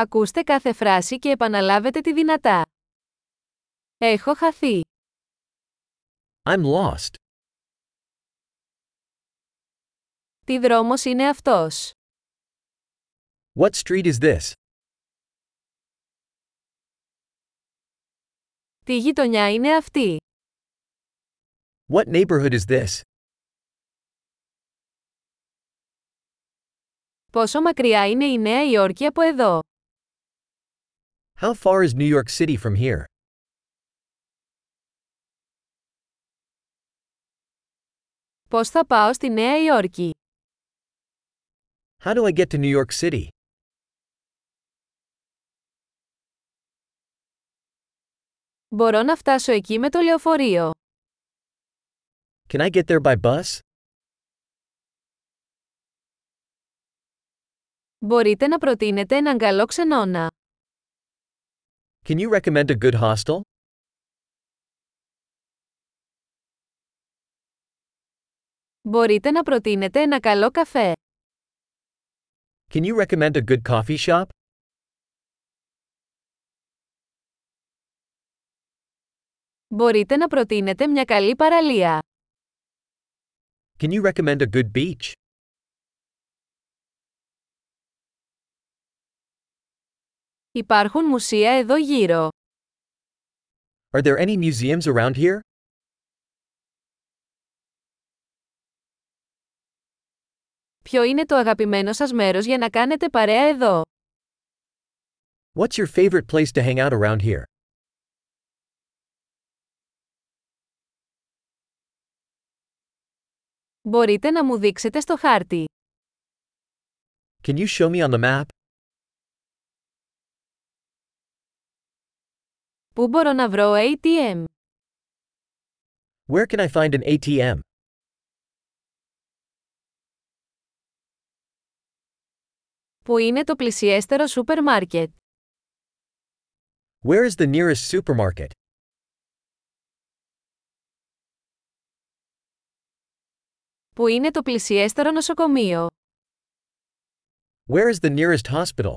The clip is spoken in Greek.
Ακούστε κάθε φράση και επαναλάβετε τη δυνατά. Έχω χαθεί. I'm lost. Τι δρόμος είναι αυτός. What street is this? Τι γειτονιά είναι αυτή. What neighborhood is this? Πόσο μακριά είναι η Νέα Υόρκη από εδώ. How far is New York City from here? Πώς θα πάω στη Νέα Υόρκη. How do I get to New York City? Μπορώ να φτάσω εκεί με το λεωφορείο. Can I get there by bus? Μπορείτε να προτείνετε έναν καλό ξενώνα. Can you recommend a good hostel? Μπορείτε να προτείνετε ένα καλό καφέ. Can you recommend a good coffee shop? Μπορείτε να προτείνετε μια καλή παραλία. Can you recommend a good beach? Υπάρχουν μουσεία εδώ γύρω. Are there any museums around here? Ποιο είναι το αγαπημένο σας μέρος για να κάνετε παρέα εδώ. What's your favorite place to hang out around here? Μπορείτε να μου δείξετε στο χάρτη. Can you show me on the map? Πού μπορώ να βρω ATM. Where can I find an ATM? Πού είναι το πλησιέστερο σούπερ μάρκετ. Where is the nearest supermarket? Πού είναι το πλησιέστερο νοσοκομείο. Where is the nearest hospital?